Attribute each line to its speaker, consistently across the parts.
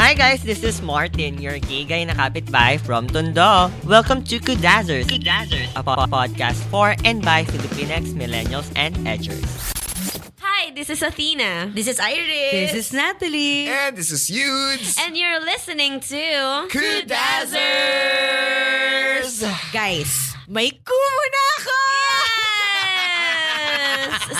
Speaker 1: Hi guys, this is Martin, your gay guy na kapitbahay from Tondo. Welcome to Kudazzers, Kudazzers, a po- podcast for and by Filipinx, millennials, and edgers.
Speaker 2: Hi, this is Athena.
Speaker 3: This is Iris.
Speaker 4: This is Natalie.
Speaker 5: And this is Yudes.
Speaker 2: And you're listening to
Speaker 5: Kudazzers!
Speaker 4: Guys, may kumo na ako!
Speaker 2: Yes!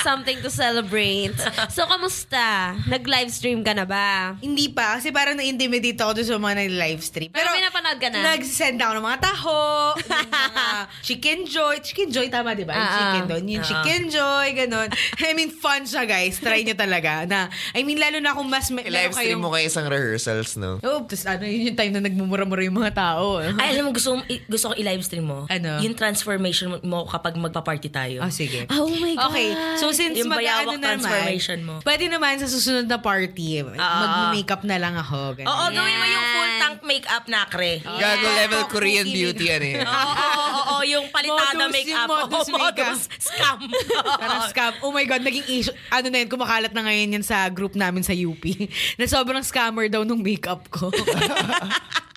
Speaker 2: Something to celebrate. So, kamusta? Nag-live stream ka na ba?
Speaker 4: Hindi pa, kasi parang na-intimidate ako dun sa mga nag-livestream.
Speaker 2: Pero may napanood ka na?
Speaker 4: Nag-send ako ng mga taho, ng mga chicken joy. Chicken joy, tama di ba? Yung
Speaker 2: Ah,
Speaker 4: chicken doon. Yung chicken joy, ganun. I mean, fun siya guys. Try niyo talaga. Na, I mean, lalo na kung mas... may- meron
Speaker 5: Eh, Live stream
Speaker 4: kayong-
Speaker 5: mo kayo isang rehearsals, no?
Speaker 4: Oh, tapos ano, yun yung time na nagmumura-mura yung mga tao.
Speaker 3: Ay, alam mo, gusto, mo- i- gusto ko i-livestream mo.
Speaker 4: Ano?
Speaker 3: Yung transformation mo kapag magpa-party tayo.
Speaker 4: Ah, sige.
Speaker 2: Oh my God.
Speaker 4: Okay, so since
Speaker 3: Yung
Speaker 4: mag-ano
Speaker 3: bayawak
Speaker 4: naman,
Speaker 3: transformation mo.
Speaker 4: pwede naman sa susunod na
Speaker 2: Ah,
Speaker 4: party, mag-makeup na lang ako. Ganun.
Speaker 3: Oo, gawin mo yung
Speaker 2: Yan.
Speaker 3: full tank makeup na, Kre.
Speaker 2: Ah,
Speaker 4: Oh.
Speaker 3: Oo,
Speaker 5: Gago level
Speaker 4: Ako,
Speaker 5: Korean
Speaker 4: kilig.
Speaker 5: beauty yan eh.
Speaker 3: oo, oo, oo, yung palitada
Speaker 4: Modus, yung
Speaker 3: makeup.
Speaker 4: modus
Speaker 3: Oo,
Speaker 4: makeup.
Speaker 3: Scam.
Speaker 4: Parang scam. Oh my God, naging issue. Ano na yun, kumakalat na ngayon yan sa group namin sa UP. Na sobrang scammer daw nung makeup ko.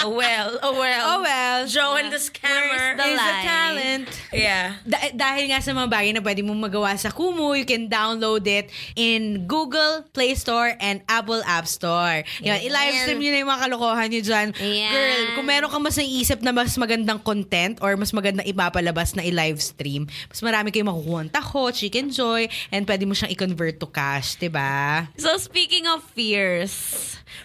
Speaker 3: oh well, oh well.
Speaker 4: Oh well.
Speaker 3: Joe and the
Speaker 2: Where's
Speaker 3: scammer.
Speaker 2: the
Speaker 4: It's a
Speaker 2: Lies.
Speaker 4: talent.
Speaker 3: Yeah.
Speaker 4: Da- dahil nga sa mga bagay na pwede mong magawa sa Kumu, you can download it in Google Play Store and Apple App Store. Yan, i-livestream nyo na yung mga kalokohan nyo dyan.
Speaker 2: Ayan.
Speaker 4: Girl, kung meron kang mas naiisip na mas magandang content or mas magandang ipapalabas na i-livestream, mas marami kayong makukuha. Taho, Chicken Joy, and pwede mo siyang i-convert to cash, 'di ba?
Speaker 2: So, speaking of fears,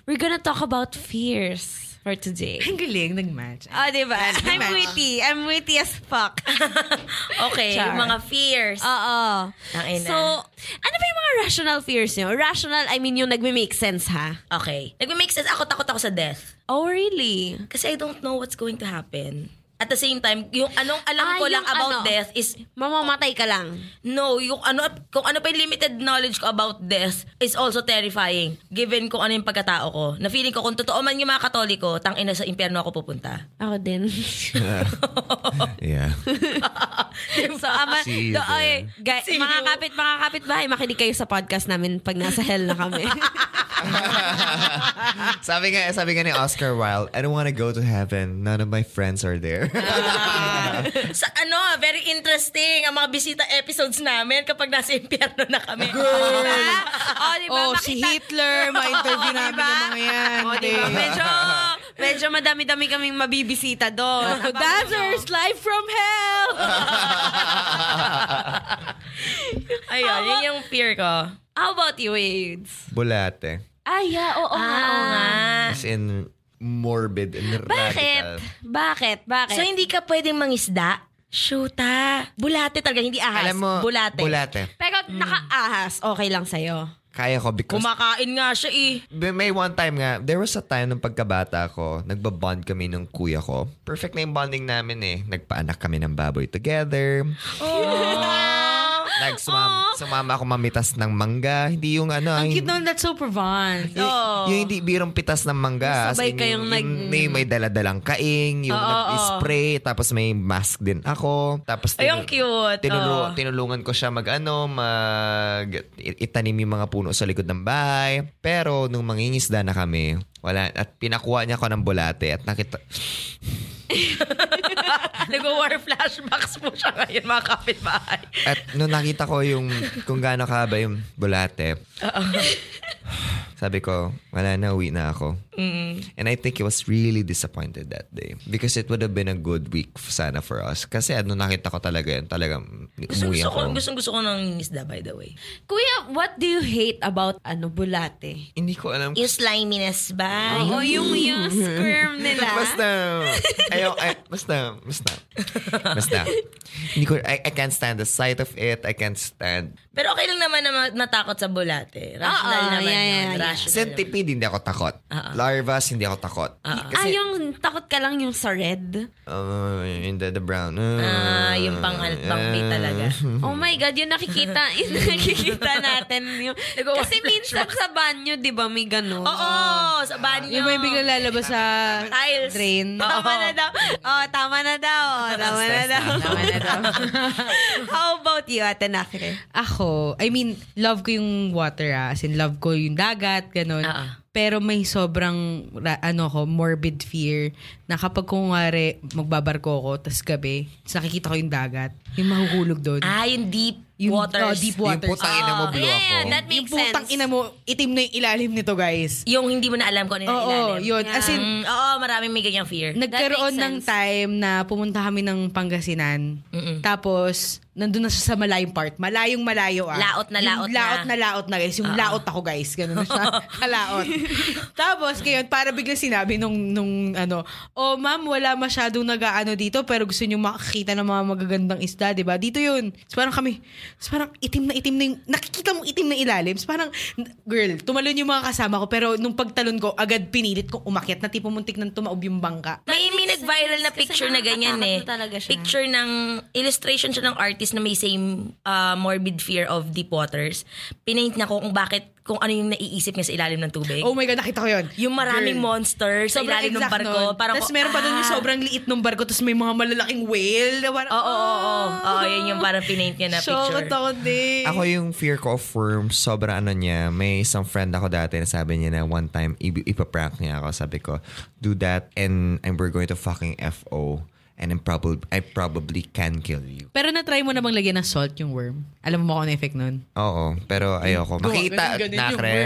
Speaker 2: we're gonna talk about fears for today.
Speaker 4: Ang galing, nag-match.
Speaker 2: Oh, diba? I'm
Speaker 4: diba?
Speaker 2: witty. I'm witty as fuck.
Speaker 3: Okay,
Speaker 2: Char.
Speaker 3: yung mga fears.
Speaker 2: Oo.
Speaker 3: Tangina.
Speaker 2: So, ano ba yung mga rational fears nyo? Rational, I mean yung nagme-make sense, ha?
Speaker 3: Okay. Nag-make sense. Ako takot ako sa death.
Speaker 2: Oh, really?
Speaker 3: Kasi I don't know what's going to happen. At the same time, yung anong alam
Speaker 2: Ah,
Speaker 3: ko lang
Speaker 2: yung ano.
Speaker 3: about death is
Speaker 2: Mamamatay ka lang.
Speaker 3: No, yung ano, kung ano pa yung limited knowledge ko about death is also terrifying given kung ano yung pagkatao ko. Na feeling ko kung totoo man yung mga katoliko, tang ina sa impyerno ako pupunta.
Speaker 2: Ako din.
Speaker 5: Yeah.
Speaker 2: so, ama,
Speaker 5: See you
Speaker 2: do, oy, guys,
Speaker 3: See
Speaker 2: mga
Speaker 3: you.
Speaker 2: kapit, mga kapitbahay, makinig kayo sa podcast namin pag nasa hell na kami.
Speaker 5: sabi nga, sabi nga ni Oscar Wilde, I don't wanna go to heaven. None of my friends are there.
Speaker 3: sa ano, very interesting ang mga bisita episodes namin kapag nasa impyerno na kami.
Speaker 2: oh, di ba?
Speaker 4: oh, si Hitler, ma-interview namin
Speaker 3: Diba?
Speaker 4: yung mga yan.
Speaker 2: Oh, di ba? Medyo, medyo madami-dami kaming mabibisita doon.
Speaker 4: Dazzers, live from hell!
Speaker 3: Ayun, yun yung fear ko.
Speaker 2: How about you, Wades?
Speaker 5: Bulate.
Speaker 2: Ah, yeah. Oo nga, oo
Speaker 3: Ah,
Speaker 2: nga.
Speaker 5: As in, morbid and
Speaker 2: Bakit?
Speaker 5: radical.
Speaker 2: Bakit? Bakit?
Speaker 3: So hindi ka pwedeng mangisda? Shoota. Bulate talaga, hindi ahas.
Speaker 5: Alam mo,
Speaker 3: bulate.
Speaker 5: bulate.
Speaker 2: Pero nakaahas, okay lang sa'yo.
Speaker 5: Kaya ko because
Speaker 3: Kumakain nga siya eh.
Speaker 5: May- may one time nga, there was a time ng pagkabata ko, nagbabond kami ng kuya ko. Perfect na yung bonding namin eh. Nagpaanak kami ng baboy together. Nagsumam, sumama ako mamitas ng mangga. Hindi yung ano.
Speaker 3: Mm.
Speaker 4: Ang
Speaker 5: yung,
Speaker 4: cute nun, that's so Provence.
Speaker 5: yung, yung hindi birong pitas ng mangga.
Speaker 2: Sabay
Speaker 5: As in,
Speaker 2: kayong
Speaker 5: yung, yung,
Speaker 2: nag-
Speaker 5: may, may daladalang kaing, yung nag-spray, tapos may mask din ako. Tapos
Speaker 3: Ay, ang cute.
Speaker 5: tinulu-
Speaker 3: Oo.
Speaker 5: tinulungan ko siya mag ano, mag i- itanim yung mga puno sa likod ng bahay. Pero nung mangingisda na kami, wala at pinakuha niya ako ng bulate at nakita
Speaker 3: Nag-war flashbacks po siya ngayon, mga kapitbahay.
Speaker 5: at nung nakita ko yung kung gaano kahaba yung bulate. Sabi ko, wala na, uwi na ako. And I think he was really disappointed that day because it would have been a good week f- sana for us. Kasi ano nakita ko talaga yun, talagang
Speaker 3: Gusto,
Speaker 5: umuwi
Speaker 3: gusto, ko,
Speaker 5: ako.
Speaker 3: gusto, gusto ko ng isda, by the way.
Speaker 2: Kuya, what do you hate about ano bulate?
Speaker 5: Hindi ko alam.
Speaker 3: Yung sliminess ba?
Speaker 2: O yung yung squirm
Speaker 3: ah.
Speaker 2: nila.
Speaker 5: Basta. Ayaw, ay, basta, basta. Basta. Hindi ko, I, I can't stand the sight of it. I can't stand.
Speaker 3: Pero okay lang naman na ma- natakot sa bulate. Rational
Speaker 2: Oo, yeah,
Speaker 3: naman yun.
Speaker 2: yeah, yeah.
Speaker 3: Rational naman. Uh-uh.
Speaker 5: Centipede, hindi ako takot. Larvas, hindi ako takot.
Speaker 2: ah,
Speaker 5: Kasi,
Speaker 2: yung takot ka lang yung sa red?
Speaker 5: uh, in the, the brown.
Speaker 3: Ah, yung pang, pang bait talaga.
Speaker 2: Oh my God, yung nakikita, yung nakikita natin. Yung,
Speaker 3: Nagawa
Speaker 2: kasi minsan sa banyo, di ba, may ganun.
Speaker 3: Oo, sa banyo.
Speaker 4: Yung may biglang lalabas sa
Speaker 3: Tiles.
Speaker 4: drain.
Speaker 2: Tama na daw. Oh, tama na daw. Oh, tama na daw. Tama na daw. How about you, Ate Nakre?
Speaker 4: Ako, I mean, love ko yung water ah. As in, love ko yung dagat, ganun.
Speaker 3: Oo.
Speaker 4: Pero may sobrang, ra- ano ko, morbid fear na kapag kunwari, magbabarko ko, tas gabi, tas nakikita ko yung dagat, yung mahuhulog doon.
Speaker 3: Ah, yung deep
Speaker 4: Yung-
Speaker 3: waters.
Speaker 4: oh, deep
Speaker 5: Yung
Speaker 4: waters.
Speaker 5: putang ina mo,
Speaker 3: Ah,
Speaker 5: blue
Speaker 2: yeah,
Speaker 5: ako.
Speaker 2: yeah, that
Speaker 4: yung
Speaker 2: makes
Speaker 4: putang
Speaker 2: sense.
Speaker 4: ina mo, itim na yung ilalim nito, guys.
Speaker 3: Yung hindi mo na alam kung ano yung
Speaker 4: Oo,
Speaker 3: ilalim.
Speaker 4: yun. As in,
Speaker 3: Mm, oo, maraming may ganyang fear.
Speaker 4: Nagkaroon
Speaker 2: makes
Speaker 4: ng time na pumunta kami ng Pangasinan. Tapos, nandun na siya sa malayong part. Malayong malayo ah.
Speaker 3: Laot na
Speaker 4: Yung
Speaker 3: laot na.
Speaker 4: laot na laot na guys. Yung
Speaker 3: Ah.
Speaker 4: laot ako guys. Ganun na siya. Kalaot. Tapos, ngayon, para bigla sinabi nung, nung ano, oh ma'am, wala masyadong nag-ano dito pero gusto niyo makakita ng mga magagandang isda, di ba? Dito yun. Tapos parang kami, tapos parang itim na itim na yung, nakikita mong itim na ilalim. Tapos parang, girl, tumalon yung mga kasama ko pero nung pagtalon ko, agad pinilit ko umakyat na tipo muntik nang tumaob yung bangka.
Speaker 3: May, may nag-viral na
Speaker 2: Kasi
Speaker 3: picture na ganyan eh.
Speaker 2: nakakatakot na talaga siya.
Speaker 3: Picture ng, illustration siya ng artist na may same uh, morbid fear of deep waters. Pinaint niya ko kung bakit, kung ano yung naiisip niya sa ilalim ng tubig.
Speaker 4: Oh my God, nakita ko yun.
Speaker 3: yung maraming
Speaker 4: Girl.
Speaker 3: monster sa ilalim ng
Speaker 4: exact
Speaker 3: barko.
Speaker 4: nun.
Speaker 3: Parang
Speaker 4: Tapos
Speaker 3: ko,
Speaker 4: meron pa doon yung
Speaker 3: ah.
Speaker 4: sobrang liit ng barko tapos may mga malalaking whale. na parang,
Speaker 3: Oo, oo, oo. Oo, yun yung parang pinaint niya na
Speaker 4: Shock
Speaker 3: picture.
Speaker 4: at ako din.
Speaker 5: Ako yung fear ko of worms, sobra ano niya. May isang friend ako dati na sabi niya na one time, i- ipaprank niya ako. Sabi ko, do that and, and we're going to fucking FO. And I'm probably, I probably can kill you.
Speaker 4: Pero na-try mo na bang lagyan ng salt yung worm? Alam mo ba kung ano effect nun?
Speaker 5: Oo, pero ayoko. Makita at
Speaker 4: ganun yung worm.
Speaker 5: nakre.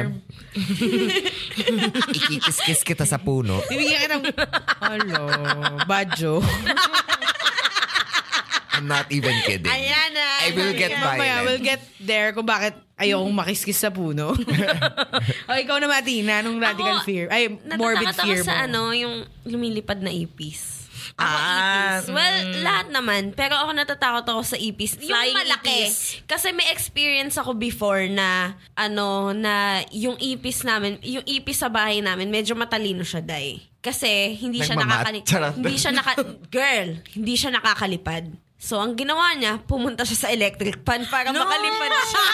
Speaker 5: Ikikis-kis kita sa puno.
Speaker 4: Bibigyan ka ng... Hello, bad joke.
Speaker 5: I'm not even kidding.
Speaker 2: Ayan na.
Speaker 5: I will get
Speaker 4: Mamaya, we'll
Speaker 5: violent.
Speaker 4: get there kung bakit ayokong makiskis sa puno. o ikaw na, Matina, anong radical
Speaker 2: Ako,
Speaker 4: fear? Ay, morbid
Speaker 2: Natatakot
Speaker 4: fear
Speaker 2: ako sa
Speaker 4: mo.
Speaker 2: ano, yung lumilipad na ipis. Ako
Speaker 3: Ah,
Speaker 2: ipis. Well,
Speaker 4: mm.
Speaker 2: lahat naman. Pero ako natatakot ako sa ipis. Yung
Speaker 3: Flying
Speaker 2: malaki.
Speaker 3: ipis.
Speaker 2: Kasi may experience ako before na, ano, na yung ipis namin, yung ipis sa bahay namin, medyo matalino siya, day. Kasi hindi siya
Speaker 5: Nagmamat.
Speaker 2: nakakalipad.
Speaker 5: Charot.
Speaker 2: Hindi siya naka... Girl, hindi siya nakakalipad. So, ang ginawa niya, pumunta siya sa electric pan para makalipad siya.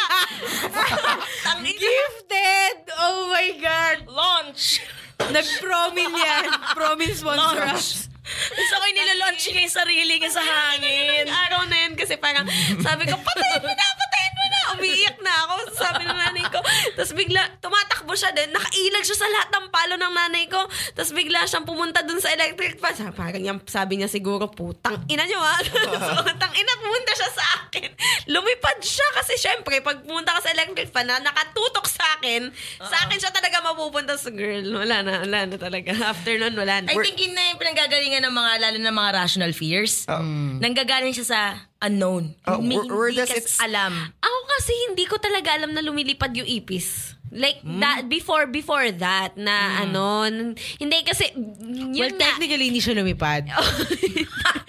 Speaker 2: Ang
Speaker 4: Gifted! Oh my God!
Speaker 3: Launch!
Speaker 4: Nag-promin yan. Promin sponsor us.
Speaker 3: Gusto ko yung nilalunch niya yung sarili niya sa hangin.
Speaker 2: Yung araw na yun kasi parang sabi ko, patayin mo na, patayin mo na. Umiiyak na ako. Sabi ng nanay ko. Tapos bigla, tumatakbo siya din. Nakailag siya sa lahat ng palo ng nanay ko. Tapos bigla siyang pumunta dun sa electric fan. Sabi, parang yung, sabi niya siguro, putang ina niyo ha. so, putang ina, pumunta siya sa akin. Lumipad siya kasi syempre, pag pumunta ka sa electric fan na nakatutok sa akin, sa akin siya talaga mapupunta sa girl. Wala na, wala na talaga. After nun, wala na.
Speaker 3: I think yun na yung pinanggagalingan ng mga, lalo ng mga rational fears.
Speaker 4: Oh.
Speaker 3: Hmm. Nanggagaling siya sa unknown.
Speaker 5: Oh,
Speaker 3: May
Speaker 5: where- where
Speaker 3: hindi
Speaker 5: does
Speaker 3: ka
Speaker 5: it's-
Speaker 3: alam.
Speaker 2: Ako kasi hindi ko talaga alam na lumilipad yung ipis. Like
Speaker 4: Hmm?
Speaker 2: that before before that na ano n- hindi kasi
Speaker 4: Well,
Speaker 2: yun na.
Speaker 4: technically, hindi siya lumipad.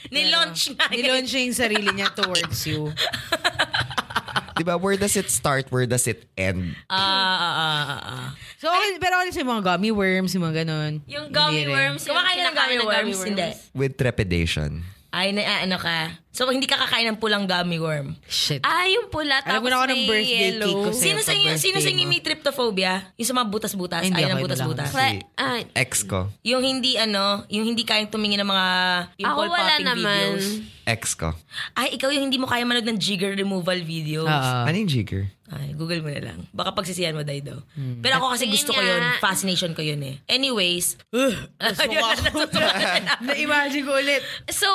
Speaker 3: Nilaunch nga.
Speaker 4: Nilaunch niya yung sarili niya towards you.
Speaker 5: Diba, where does it start? Where does it end?
Speaker 3: Ah, ah, ah, ah, ah.
Speaker 4: So, okay, pero ano sa mga gummy worms, yung mga ganun.
Speaker 2: yung gummy
Speaker 4: Hindi rin.
Speaker 2: worms. yung
Speaker 3: Kumakain ka ng
Speaker 2: kinakain
Speaker 3: gummy
Speaker 2: na
Speaker 3: worms? Hindi.
Speaker 5: With trepidation.
Speaker 3: Ay, na, ah, ano ka. So, hindi ka kakain ng pulang gummy worm.
Speaker 4: Shit.
Speaker 2: Ah, yung pula
Speaker 4: Alam
Speaker 2: tapos
Speaker 4: ko na ako ng
Speaker 2: may
Speaker 4: birthday
Speaker 2: yellow.
Speaker 4: cake ko Kaya
Speaker 3: Sino sa inyo,
Speaker 4: pag-birthday
Speaker 3: sino sa inyo
Speaker 4: mo.
Speaker 3: may tryptophobia? Yung sa mga butas-butas.
Speaker 4: Ay, hindi
Speaker 3: Ay, ng
Speaker 4: ako,
Speaker 3: butas-butas.
Speaker 2: wala
Speaker 5: Si
Speaker 2: ah.
Speaker 5: ex ko.
Speaker 3: Yung hindi ano, yung hindi kayang tumingin ng mga
Speaker 2: Ako
Speaker 3: pimple
Speaker 2: wala
Speaker 3: popping
Speaker 2: naman.
Speaker 3: videos.
Speaker 5: Ex ko.
Speaker 3: Ay, ikaw yung hindi mo kaya manood ng jigger removal videos.
Speaker 4: Ah.
Speaker 5: Ano yung jigger?
Speaker 3: Ay, Google mo na lang. Baka pagsisiyan mo, Daido.
Speaker 4: Hmm.
Speaker 3: Pero ako kasi
Speaker 2: Yun
Speaker 3: gusto ko
Speaker 2: nga.
Speaker 3: yun. Fascination ko yun eh. Anyways.
Speaker 4: Na-imagine ko ulit.
Speaker 2: ano So,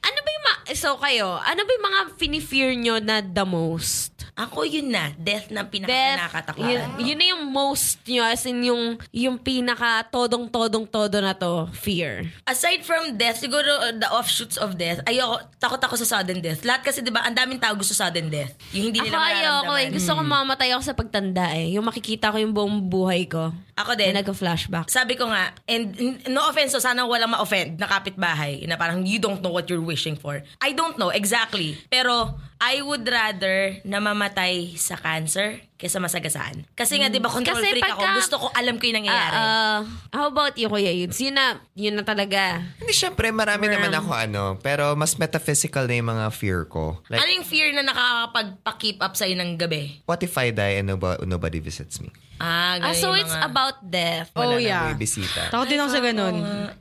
Speaker 2: ano ba yung ma- so kayo? Ano ba yung mga fini-fear nyo na the most?
Speaker 3: Ako yun na, death ng
Speaker 2: Death, yun,
Speaker 3: pinakanakatakutan.
Speaker 2: yun na yung most nyo, as in yung, yung pinaka todong-todong-todo na to, fear.
Speaker 3: Aside from death, siguro uh, the offshoots of death, ayoko, takot ako sa sudden death. Lahat kasi, di ba, ang daming tao gusto sudden death. Yung hindi
Speaker 2: Ako
Speaker 3: nila
Speaker 2: ayoko eh.
Speaker 3: mararamdaman.
Speaker 2: Gusto
Speaker 4: Mm.
Speaker 2: ko mamatay ako sa pagtanda eh. Yung makikita ko yung buong buhay ko.
Speaker 3: Mm.
Speaker 2: Eh,
Speaker 3: Ako din.
Speaker 2: Then, nagka-flashback.
Speaker 3: Sabi ko nga, and n- no offense, so sana walang ma-offend na kapitbahay, na parang you don't know what you're wishing for. I don't know, exactly. Pero I would rather na mamatay sa cancer kaysa masagasaan. Kasi nga, di ba,
Speaker 2: Mm.
Speaker 3: control
Speaker 2: Kasi
Speaker 3: freak
Speaker 2: pagka-
Speaker 3: ako. Gusto ko alam ko yung nangyayari.
Speaker 2: Ah, ah, how about you, Kuya Yudes? Yun na, yun na talaga.
Speaker 5: Hindi, syempre, marami naman ako ano. Pero mas metaphysical na yung mga fear ko. Like,
Speaker 3: ano yung fear na nakakapagpa-keep up sa'yo ng gabi?
Speaker 5: what if I die and nobo- nobody visits me?
Speaker 3: Ah,
Speaker 2: Ah,
Speaker 3: ganun
Speaker 2: so
Speaker 3: yung
Speaker 2: it's
Speaker 3: mga-
Speaker 2: about death.
Speaker 4: Oh,
Speaker 5: Wala
Speaker 4: yeah.
Speaker 5: na may bisita.
Speaker 4: Takot din ako sa ganun.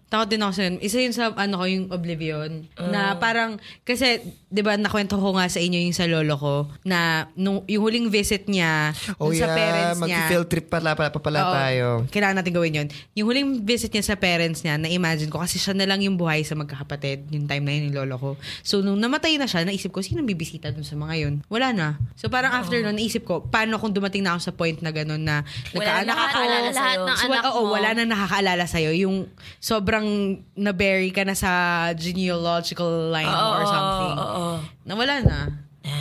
Speaker 4: Takot din ako sa ganun. Isa yun sa, ano ko, yung Oblivion. Na parang, kasi, di ba, nakwento ko nga sa inyo yung sa lolo ko, na nung, yung huling visit niya,
Speaker 5: Oh
Speaker 4: dun sa
Speaker 5: yeah,
Speaker 4: parents niya.
Speaker 5: mag-field trip pala, pala, pala
Speaker 4: Oo.
Speaker 5: tayo.
Speaker 4: Kailangan natin gawin yun. Yung huling visit niya sa parents niya, na-imagine ko kasi siya na lang yung buhay sa magkakapatid, yung time na yun yung lolo ko. So, nung namatay na siya, naisip ko, sino ang bibisita dun sa mga yun? Wala na. So, parang after nun, naisip ko, paano kung dumating na ako sa point na gano'n na nagkaanak ako,
Speaker 3: na nakakaalala
Speaker 2: lahat
Speaker 3: sa'yo.
Speaker 2: ng
Speaker 4: So,
Speaker 2: anak
Speaker 4: wala, oo,
Speaker 2: mo.
Speaker 4: wala nang nakakaalala sa'yo. Yung sobrang na-bury ka na sa genealogical line mo or something.
Speaker 3: Oo, oo, oo.
Speaker 4: Nawala na.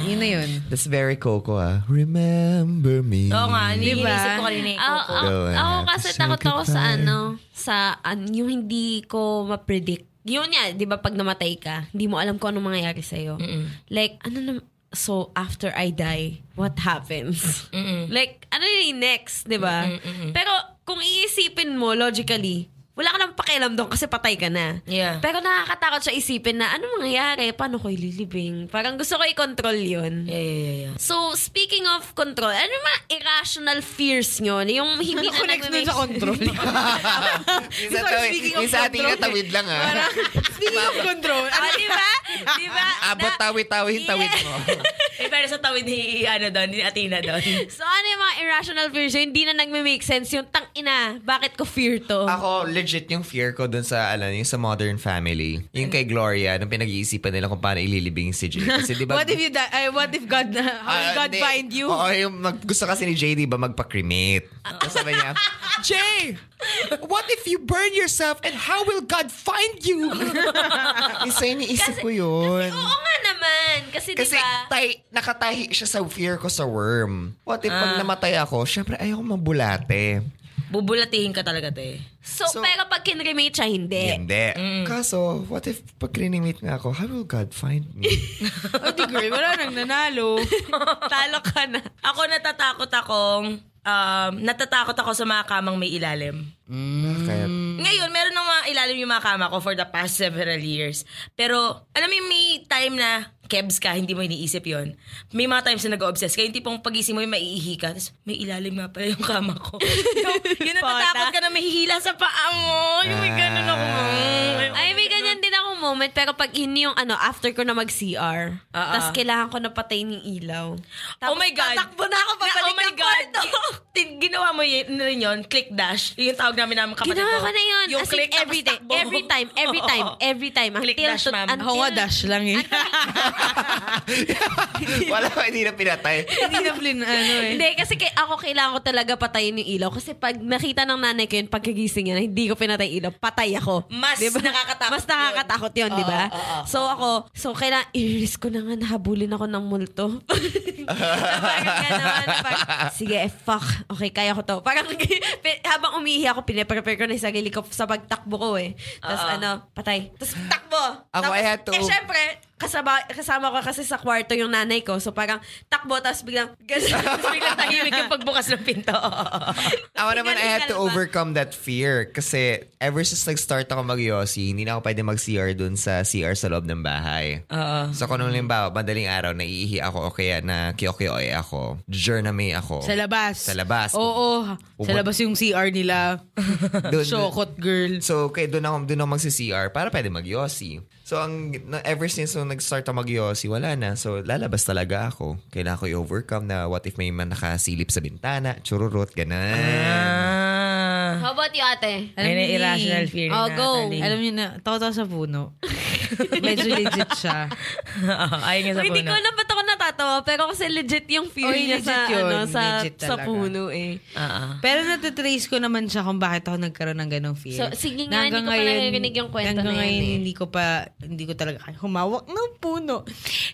Speaker 4: Yun na yun.
Speaker 5: That's very Coco ah. Remember me.
Speaker 3: Oo nga,
Speaker 4: Diba?
Speaker 3: iniisip ko kanina yung
Speaker 2: Ako, Ah,
Speaker 3: Coco.
Speaker 2: ako,
Speaker 5: Go,
Speaker 2: ako
Speaker 5: anak.
Speaker 2: kasi
Speaker 5: Say
Speaker 2: takot ako sa
Speaker 5: goodbye.
Speaker 2: ano, sa an, yung hindi ko ma-predict. Yun niya, di ba pag namatay ka, hindi mo alam kung ano mangyayari sa'yo. Like, ano na, so after I die, what
Speaker 3: Mm.
Speaker 2: happens? Like, ano yung next, di ba? Pero kung iisipin mo logically, wala ka nang pakialam doon kasi patay ka na.
Speaker 3: Yeah.
Speaker 2: Pero nakakatakot siya isipin na ano mangyayari, paano ko ililibing? Parang gusto ko i-control yun.
Speaker 3: Yeah, yeah, yeah, yeah.
Speaker 2: So, speaking of control, ano yung mga irrational fears nyo? Yung hindi na
Speaker 4: Connect nun
Speaker 2: nagme-make
Speaker 4: sa control.
Speaker 5: Isa,
Speaker 4: Sorry,
Speaker 5: tawi,
Speaker 4: speaking of
Speaker 5: isa ating
Speaker 4: control.
Speaker 5: natawid lang ah.
Speaker 4: Speaking of control, ano
Speaker 2: Ah, di ba? Di ba?
Speaker 5: Abot
Speaker 2: Na-
Speaker 5: tawi-tawin tawid mo.
Speaker 3: Eh, pero sa tawid ni, ano doon, ni Athena doon.
Speaker 2: So, ano yung mga irrational fears nyo? Hindi na nagme-make sense yung tang ina. Bakit ko fear to?
Speaker 5: Ako, legit yung fear ko dun sa, alam, yung sa Modern Family. Yung kay Gloria, nung pinag-iisipan nila kung paano ililibing si Jay. Kasi di ba...
Speaker 4: What if you die? ay, what if God how will
Speaker 5: Ah,
Speaker 4: God
Speaker 5: hindi.
Speaker 4: find you? Ah.
Speaker 5: Oo, yung mag, gusto kasi ni Jay, di ba, magpa-cremate. Tapos sabi niya, Jay, what if you burn yourself and how will God find you? Isa yung iniisip ko yun.
Speaker 2: Oo nga naman. Kasi,
Speaker 5: Kasi
Speaker 2: di
Speaker 4: diba?
Speaker 2: ba?
Speaker 5: tay, nakatahi siya sa fear ko sa worm. What if
Speaker 4: Ah.
Speaker 5: pag namatay ako, syempre ayaw mabulate.
Speaker 3: Bubulatihin ka talaga, eh. te.
Speaker 2: So,
Speaker 5: so-
Speaker 2: pero pag kinremate siya,
Speaker 4: Eh,
Speaker 2: hindi.
Speaker 5: Hindi.
Speaker 4: mm.
Speaker 5: Kaso, what if pag cremate nga ako, how will God find me? Ah.
Speaker 4: Oh, di girl, wala nang nanalo.
Speaker 3: Talo ka na. Ako natatakot akong, um, natatakot ako sa mga kamang may ilalim.
Speaker 4: Mm.
Speaker 5: Bakit?
Speaker 3: Ngayon, meron ng mga ilalim yung mga kama ko for the past several years. Pero, alam mo yung may time na kebs ka, hindi mo iniisip yon. May mga times na nag-obsess ka, yung tipong pagising mo yung maiihi ka, tapos may ilalim nga pala yung kama ko. yung, yung natatakot ka na mahihila sa paa mo. Yung may ganun ako.
Speaker 2: Ah.
Speaker 3: mm, ayoko.
Speaker 2: Ay, may ganyan din ako moment. Pero pag yun yung ano, after ko na mag-CR,
Speaker 3: Ah,
Speaker 2: tapos
Speaker 3: ah.
Speaker 2: kailangan ko napatayin yung ilaw. Tapos
Speaker 3: oh my God.
Speaker 2: tatakbo na ako pabalik
Speaker 3: Na- oh my
Speaker 2: ng
Speaker 3: God.
Speaker 2: kwarto.
Speaker 3: Tin- Ginawa mo yun, na rin yun, click dash. Yung tawag namin namin kapatid
Speaker 2: Ginawa ko na yun.
Speaker 3: Yung
Speaker 2: As in,
Speaker 3: click tapos
Speaker 2: every day.
Speaker 3: takbo.
Speaker 2: Every time. Every time. Every time.
Speaker 3: Click
Speaker 2: Until
Speaker 3: dash,
Speaker 2: to-
Speaker 3: ma'am.
Speaker 4: Ako nga dash lang eh.
Speaker 5: Wala ko, hindi na pinatay.
Speaker 4: Hindi na plin, ano eh.
Speaker 2: Hindi, kasi kay, ako kailangan ko talaga patayin yung ilaw. Kasi pag nakita ng nanay ko yun, pagkagising niya, na hindi ko pinatay ilaw, patay ako.
Speaker 3: Mas
Speaker 2: Diba?
Speaker 3: nakakatakot
Speaker 2: Mas nakakatakot yun, di ba? So ako, so kailangan, i-risk ko na nga, nahabulin ako ng multo. na parang gano'n. na parang, Sige, eh, fuck. Okay, kaya ko to. Parang pi- habang umiihi ako, pinaprepare ko na yung sarili ko sa pagtakbo ko eh. Tapos ano, patay. Tapos takbo.
Speaker 5: Ako,
Speaker 2: Tapos,
Speaker 5: I had to-
Speaker 2: Eh, syempre, kasama, kasama ko kasi sa kwarto yung nanay ko. So parang takbo, tapos biglang, tapos biglang tahimik yung
Speaker 3: Pagbukas ng pinto.
Speaker 5: Ako naman, I
Speaker 2: Galing
Speaker 5: had
Speaker 2: ka
Speaker 5: to
Speaker 2: na ba?
Speaker 5: overcome that fear. Kasi ever since nag-start ako mag-yossi, hindi na ako pwede mag-CR dun sa CR sa loob ng bahay. So kung halimbawa, madaling araw, naiihi ako o kaya na kiyokiyoy ako, journey ako.
Speaker 4: Sa labas.
Speaker 5: Sa labas.
Speaker 4: Oo. Sa labas yung CR nila.
Speaker 5: Dun-
Speaker 4: Shokot girl.
Speaker 5: So, kaya doon ako, doon ako magsi-CR para pwede mag So, ang, na- ever since nung nag-start ako mag wala na. So, lalabas talaga ako. Kailangan ko i-overcome na what if may man nakasilip sa bintana, chururot, ganun.
Speaker 3: Ah.
Speaker 2: How about you, ate?
Speaker 4: Alam niyo
Speaker 3: Yun ang
Speaker 4: ni-
Speaker 3: irrational fear
Speaker 2: Oh,
Speaker 3: na,
Speaker 2: go.
Speaker 3: Tali.
Speaker 4: Alam niyo na, takot ako sa puno. Medyo legit siya.
Speaker 3: Oo, Ayaw niya sa
Speaker 2: Hindi ko
Speaker 3: puno.
Speaker 2: alam ba't ako nata nakakatawa, pero kasi legit yung
Speaker 4: Oy,
Speaker 2: fury niya sa,
Speaker 4: legit yun.
Speaker 2: ano, sa,
Speaker 4: Legit
Speaker 2: sa
Speaker 4: talaga.
Speaker 2: puno eh.
Speaker 3: Ah, ah.
Speaker 4: Pero natatrace ko naman siya kung bakit ako nagkaroon ng ganong feel.
Speaker 6: So, sige nga,
Speaker 4: hanggang
Speaker 6: hindi ko pa
Speaker 4: ngayon-
Speaker 6: naririnig yung kwento
Speaker 4: hanggang
Speaker 6: na yan
Speaker 4: ngayon,
Speaker 6: eh.
Speaker 4: hindi ko pa, hindi ko talaga kaya humawak ng puno.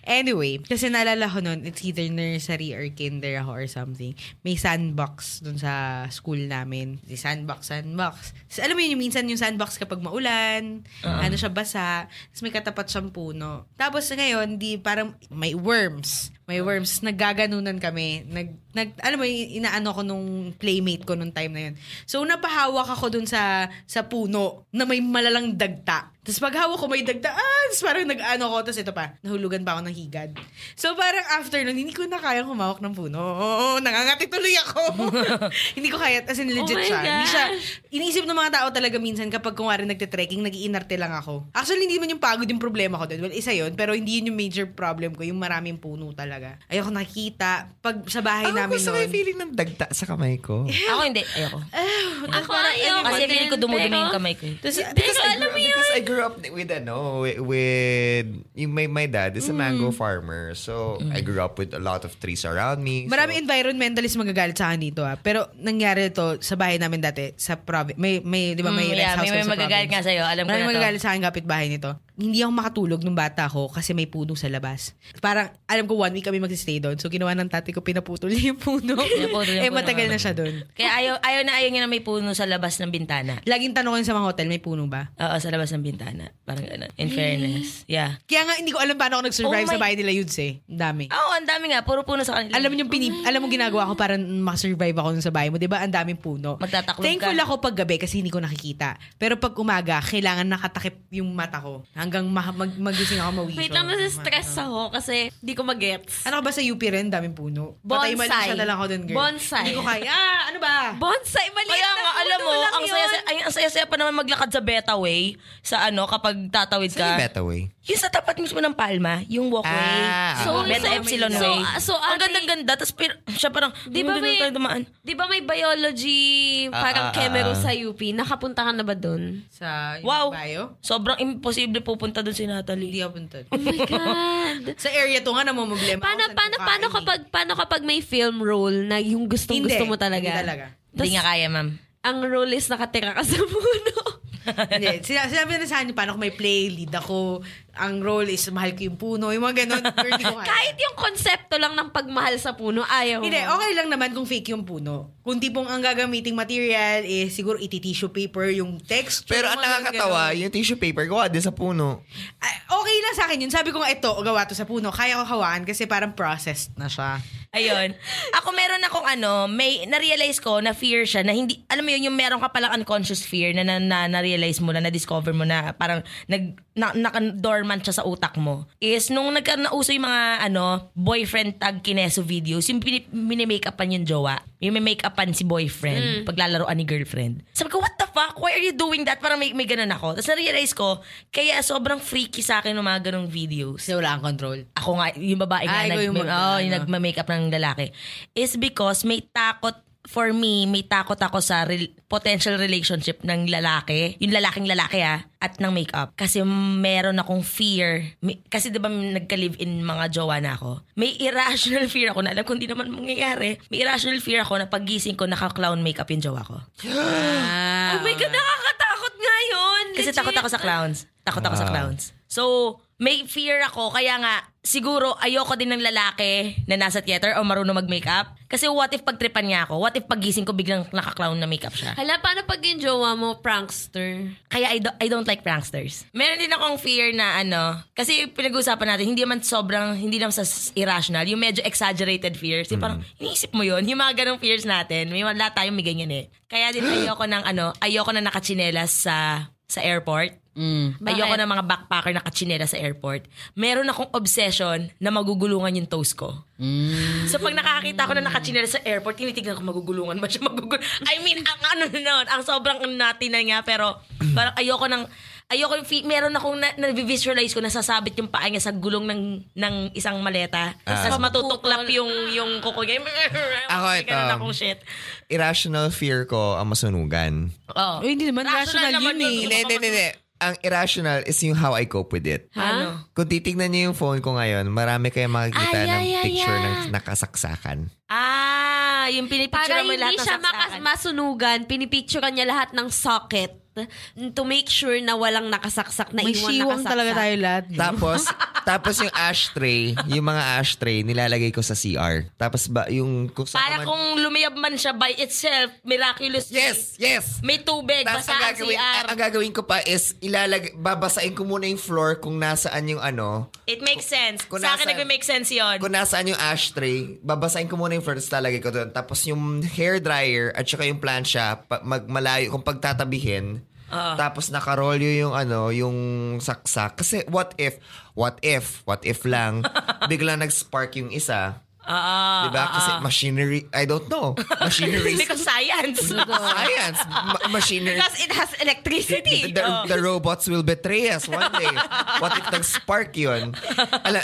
Speaker 4: Anyway, kasi naalala ko noon, it's either nursery or kinder ako or something. May sandbox dun sa school namin. Di sandbox, sandbox. Tapos alam mo yun, yung minsan yung sandbox kapag maulan, ano siya basa, tapos may katapat siyang puno. Tapos ngayon, di parang may worms. May worms. Naggaganunan kami. Nag, nag, alam mo, yun, inaano ko nung playmate ko nung time na yun. So, napahawak ako dun sa, sa puno na may malalang dagta. Tapos pag hawak ko, may dagta. Ah! Tapos parang nag-ano ko. Tapos ito pa, nahulugan pa ako ng higad. So, parang after nun, hindi ko na kaya humawak ng puno. Oo, nangangati tuloy ako. hindi ko kaya. As in, legit
Speaker 2: Oh my
Speaker 4: siya. Hindi siya.
Speaker 2: gosh.
Speaker 4: Iniisip ng mga tao talaga minsan kapag kung wari nagte-trekking, nag-iinarte lang ako. Actually, hindi man yung pagod yung problema ko doon. Well, isa yun, pero hindi yun yung major problem ko. Yung maraming puno talaga. Ayoko nakikita. Pag sa bahay
Speaker 5: Ako
Speaker 4: namin
Speaker 5: gusto ko
Speaker 4: noon.
Speaker 5: yung feeling ng dagta sa kamay ko.
Speaker 3: Ako hindi, ayoko.
Speaker 2: Ako ayaw
Speaker 3: Kasi feeling ko dumudumi yung kamay ko. eh.
Speaker 4: Tapos,
Speaker 5: Because, I, grew, because I grew up with ano with, with yung my, my dad
Speaker 4: Mm.
Speaker 5: is a mango farmer. So I grew up with a lot of trees around me.
Speaker 4: Marami
Speaker 5: so,
Speaker 4: environmentalist magagalit sa akin dito ah. Pero nangyari to sa bahay namin dati sa province. May may 'di ba may
Speaker 3: Mm,
Speaker 4: rest
Speaker 3: yeah,
Speaker 4: house
Speaker 3: may,
Speaker 4: kami
Speaker 3: may
Speaker 4: sa
Speaker 3: magagalit nga
Speaker 4: province.
Speaker 3: sa'yo. Alam ko
Speaker 4: Marami
Speaker 3: na to.
Speaker 4: magagalit sa akin kapitbahay nito. Hindi ako makatulog nung bata ako kasi may puno sa labas. Parang alam ko one week kami magsi-stay doon. So ginawa ng tatay ko pinaputol yung puno.
Speaker 3: Pinaputol
Speaker 4: eh
Speaker 3: yung puno. Ah.
Speaker 4: matagal na siya doon.
Speaker 3: Kaya ayaw, ayaw na ayaw niya na may puno sa labas ng bintana.
Speaker 4: Laging tanong ko yun sa mga hotel, may puno ba?
Speaker 3: Oo, sa labas ng bintana. Parang gano'n. In fairness. Yeah.
Speaker 4: Kaya nga hindi ko alam paano ako nag-survive
Speaker 3: Oh my-
Speaker 4: sa bahay nila Yuds eh. Ang Dami.
Speaker 3: Oo, ang dami nga. Puro puno sa kanila.
Speaker 4: Alam mo yung pinip, alam mo ginagawa ko para makasurvive ako dun sa bahay mo, 'di ba? Ang daming puno.
Speaker 3: Magtataklog ka.
Speaker 4: Thankful ako pag gabi kasi hindi ko nakikita. Pero pag umaga, kailangan nakatakip yung mata ko hanggang ma- mag- magising ako mawisyo.
Speaker 2: Wait lang, nasa stress ako kasi di ko magets.
Speaker 4: Ano ka ba sa UP rin? Daming puno. Patay
Speaker 2: Bonsai.
Speaker 4: malisya na lang ako dun, girl.
Speaker 2: Bonsai.
Speaker 4: Hindi ko kaya. Ah, Ano ba?
Speaker 2: Bonsai, maliit
Speaker 3: Kaya
Speaker 2: na
Speaker 3: nga,
Speaker 2: puno
Speaker 3: alam mo,
Speaker 2: lang
Speaker 3: ang
Speaker 2: yun.
Speaker 3: saya, ay, ang saya-saya pa naman maglakad sa Betaway sa ano, kapag tatawid
Speaker 5: Saan yung
Speaker 3: ka.
Speaker 5: Betaway?
Speaker 3: Yung sa tapat mismo ng Palma, yung walkway.
Speaker 5: Ah,
Speaker 3: so,
Speaker 5: okay.
Speaker 3: Beta
Speaker 2: so-
Speaker 3: Epsilon eh.
Speaker 2: so- ah,
Speaker 3: Way.
Speaker 2: so,
Speaker 3: ang
Speaker 2: ate-
Speaker 3: ganda-ganda. Tapos pir- siya parang,
Speaker 2: Di ba
Speaker 3: ganun
Speaker 2: may-
Speaker 3: tayo dumaan?
Speaker 2: Di ba may biology
Speaker 5: Ah,
Speaker 2: parang
Speaker 5: ah, ah,
Speaker 2: chemero
Speaker 5: ah.
Speaker 2: sa UP? Nakapunta ka na ba doon?
Speaker 4: Sa
Speaker 3: Wow.
Speaker 4: Bayo?
Speaker 3: Sobrang imposible pupunta doon si Natalie.
Speaker 4: Hindi ako punta.
Speaker 2: Oh my God.
Speaker 4: Sa area to nga namumblema.
Speaker 2: paano, paano, paano kapag, paano kapag may film role na yung gustong
Speaker 4: Hindi.
Speaker 2: gusto mo talaga?
Speaker 4: Hindi talaga.
Speaker 3: Hindi nga kaya, ma'am.
Speaker 2: Ang role is nakatira ka sa puno.
Speaker 4: Hindi. Sina- Sinabi na sa akin, paano kung may play, lead ako, ang role is mahal ko yung puno, yung mga ganun. Girl, Hindi ko kaya.
Speaker 2: Kahit yung konsepto lang ng pagmahal sa puno, ayaw
Speaker 4: Hindi,
Speaker 2: mo.
Speaker 4: okay lang naman kung fake yung puno. Kung tipong ang gagamiting material is siguro iti-tissue paper yung texture.
Speaker 5: Pero ang
Speaker 4: mga ganun,
Speaker 5: nakakatawa,
Speaker 4: ganun.
Speaker 5: yung tissue paper gawa din sa puno.
Speaker 4: Ay, okay lang sa akin yun. Sabi ko nga, ito, gawa to sa puno. Kaya ko hawaan kasi parang processed na siya.
Speaker 3: Ayun. Ako meron akong ano, may na-realize ko na fear siya na hindi, alam mo yun, yung meron ka palang unconscious fear na, na, na- na-realize mo na, na-discover mo na parang nag, na, naka-dormant siya sa utak mo. Is nung nagka nauso yung mga ano, boyfriend tag kineso videos, yung pini- mini-makeupan yung jowa, yung may makeupan si
Speaker 4: Mm.
Speaker 3: boyfriend, paglalaroan ni girlfriend. Sabi ko, what the fuck? Why are you doing that? Parang may, may ganun ako. Tapos na-realize ko, kaya sobrang freaky sa akin ng mga ganung videos
Speaker 4: Kasi wala kang control.
Speaker 3: ako nga, yung babae nga,
Speaker 4: Ah, ikaw
Speaker 3: nag,
Speaker 4: yung
Speaker 3: yung,
Speaker 4: mag-
Speaker 3: oh, yung
Speaker 4: ano.
Speaker 3: nagma-makeup ng lalaki, is because may takot, for me, may takot ako sa rel- potential relationship ng lalaki, yung lalaking lalaki ah, at ng makeup. Kasi meron akong fear. May- kasi di ba nagka-live-in mga jowa na ako? May irrational fear ako na alam ko hindi naman mangyayari. May irrational fear ako na pagising ko naka-clown makeup yung jowa ko.
Speaker 2: Oh my God, nakakatakot nga yun.
Speaker 3: Kasi
Speaker 2: Legit.
Speaker 3: takot ako sa clowns. Takot ako sa
Speaker 5: Wow.
Speaker 3: clowns. So, may fear ako. Kaya nga, siguro ayoko din ng lalaki na nasa theater o marunong mag-makeup. Kasi what if pagtripan niya ako? What if pagising ko biglang naka-clown na makeup siya?
Speaker 2: Hala, paano pag yung jowa mo, prankster?
Speaker 3: Kaya I, do- I don't like pranksters. Meron din akong fear na ano, kasi pinag-uusapan natin, hindi man sobrang, hindi naman sa s- irrational, yung medyo exaggerated fears. Yung parang, iniisip mo yun, yung mga ganong fears natin, may wala tayong may ganyan eh. Kaya din ayoko ng ano, ayoko na nakachinelas sa sa airport. Ayoko ng mga backpacker na kachinela sa airport. Meron akong obsession na magugulungan yung toes ko. So pag nakakita ko na nakachinela sa airport, tinitignan ko magugulungan ba siya magugul. I mean, ang ano na nun, ang sobrang natin na nga, pero parang ayoko ng, ayoko yung, fe- meron akong na, na-visualize ko, nasasabit yung paa niya sa gulong ng, ng isang maleta. Tapos matutuklap yung, yung kuko niya.
Speaker 5: Ah. Ako
Speaker 3: May
Speaker 5: ito.
Speaker 3: ganun akong shit.
Speaker 5: Irrational fear ko ang masunugan.
Speaker 3: Oh.
Speaker 4: Uy, hindi naman rational,
Speaker 5: Oh.
Speaker 3: Rational naman
Speaker 4: yun
Speaker 3: yun.
Speaker 4: eh.
Speaker 5: Hindi, hindi, hindi. hindi. ang irrational is yung how I cope with it.
Speaker 3: Ano?
Speaker 5: Kung titignan niyo yung phone ko ngayon, marami kayo makikita
Speaker 3: Ay,
Speaker 5: ng
Speaker 3: ay, ay,
Speaker 5: picture
Speaker 3: ay.
Speaker 5: ng nakasaksakan.
Speaker 3: Ah, yung
Speaker 2: Para
Speaker 3: pinipicture mo yung lahat
Speaker 2: hindi
Speaker 3: ng
Speaker 2: siya makas-
Speaker 3: saksakan.
Speaker 2: masunugan, pinipicture niya lahat ng socket to make sure na walang nakasaksak, na
Speaker 4: May
Speaker 2: iwan
Speaker 4: siwang
Speaker 2: nakasaksak.
Speaker 4: talaga tayo lahat.
Speaker 5: Tapos, tapos yung ashtray, yung mga ashtray, nilalagay ko sa CR. Tapos ba, yung kung saan
Speaker 3: Para
Speaker 5: man-
Speaker 3: kung lumiyab man siya by itself, miraculous.
Speaker 5: Yes! Yes!
Speaker 3: May tubig,
Speaker 5: Tapos ang
Speaker 3: basahan
Speaker 5: gagawin,
Speaker 3: CR.
Speaker 5: ang gagawin ko pa is ilalag babasain ko muna yung floor kung nasaan yung ano,
Speaker 3: It makes sense.
Speaker 5: kung
Speaker 3: Sa akin
Speaker 5: nasa-
Speaker 3: nag-make sense yun.
Speaker 5: kung nasaan yung ashtray, babasain ko muna yung floor tapos lalagay ko doon. Tapos yung hair dryer at saka yung plancha, pa, mag, malayo kung pagtatabihin.
Speaker 3: Ah.
Speaker 5: Tapos nakarolyo yung ano, yung saksak. Kasi what if, what if, what if lang, bigla nag-spark yung isa.
Speaker 3: Ah,
Speaker 5: diba? Kasi machinery, I don't know. Machinery.
Speaker 3: Because science.
Speaker 5: science. Ma- machinery.
Speaker 3: Because it has electricity.
Speaker 5: The,
Speaker 3: Oh.
Speaker 5: the robots will betray us one day. What if nag-spark yun? Ala,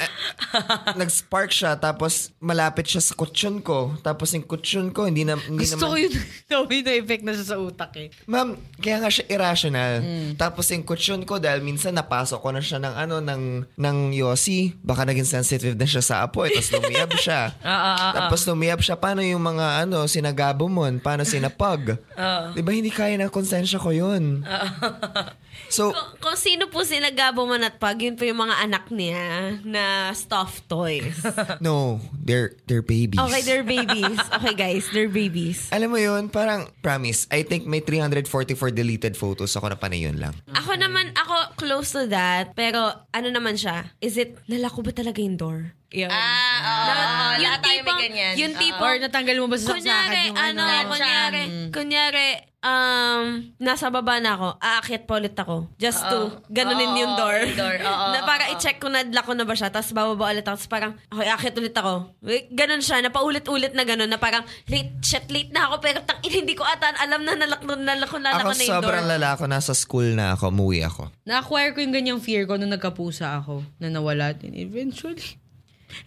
Speaker 5: nag-spark siya, tapos malapit siya sa kutsyon ko. Tapos yung kutsyon ko, hindi na... Hindi
Speaker 4: Gusto ko
Speaker 5: naman,
Speaker 4: yun. Sabi na effect na siya sa utak eh.
Speaker 5: Ma'am, kaya nga siya irrational.
Speaker 4: Hmm.
Speaker 5: Tapos yung kutsyon ko, dahil minsan napasok ko na siya ng ano, ng, ng yosi. Baka naging sensitive na siya sa apoy. Tapos lumiyab siya.
Speaker 4: Ah,
Speaker 5: Tapos lumiyab siya. Paano yung mga ano, sinagabo mo? Paano sinapag?
Speaker 4: Ah.
Speaker 5: Di ba hindi kaya ng konsensya ko yun? So,
Speaker 2: Kung, kung sino po sinagabo man at pag, yun po yung mga anak niya na stuffed toys.
Speaker 5: No, they're they're babies.
Speaker 2: Okay, they're babies. Okay, guys, they're babies.
Speaker 5: Alam mo yun, parang promise, I think may 344 deleted photos ako na panay yun lang.
Speaker 2: Ako naman, ako close to that. Pero ano naman siya? Is it, nalako ba talaga yung door? Yun.
Speaker 3: Ah, oo.
Speaker 2: Na-
Speaker 3: Lahat tayo may
Speaker 2: tipong-
Speaker 3: ganyan.
Speaker 2: Yung
Speaker 3: Oo.
Speaker 2: tipo,
Speaker 4: Or natanggal mo ba sa
Speaker 2: kunyari,
Speaker 4: saksakan yung
Speaker 2: ano,
Speaker 4: ano?
Speaker 2: kunyari, kunyari, um, nasa baba na ako, aakyat pa ulit ako. Just to, ganunin
Speaker 3: Oo,
Speaker 2: yung door.
Speaker 3: yung door, oo,
Speaker 2: na para i-check kung nadla ko na ba siya, tapos bababa ulit ako, tapos parang, okay, aakyat ulit ako. Eh, Ganun siya, napaulit-ulit na ganun, na parang, late, shit, late na ako, pero tang, ina, hindi ko atan, alam na nalak, nalak, nalak, nalak
Speaker 5: Ako
Speaker 2: na yung door.
Speaker 5: sobrang lala ako, nasa school na ako, umuwi ako.
Speaker 4: Na-acquire ko yung ganyang fear ko nung nagkapusa ako na nawala din eventually.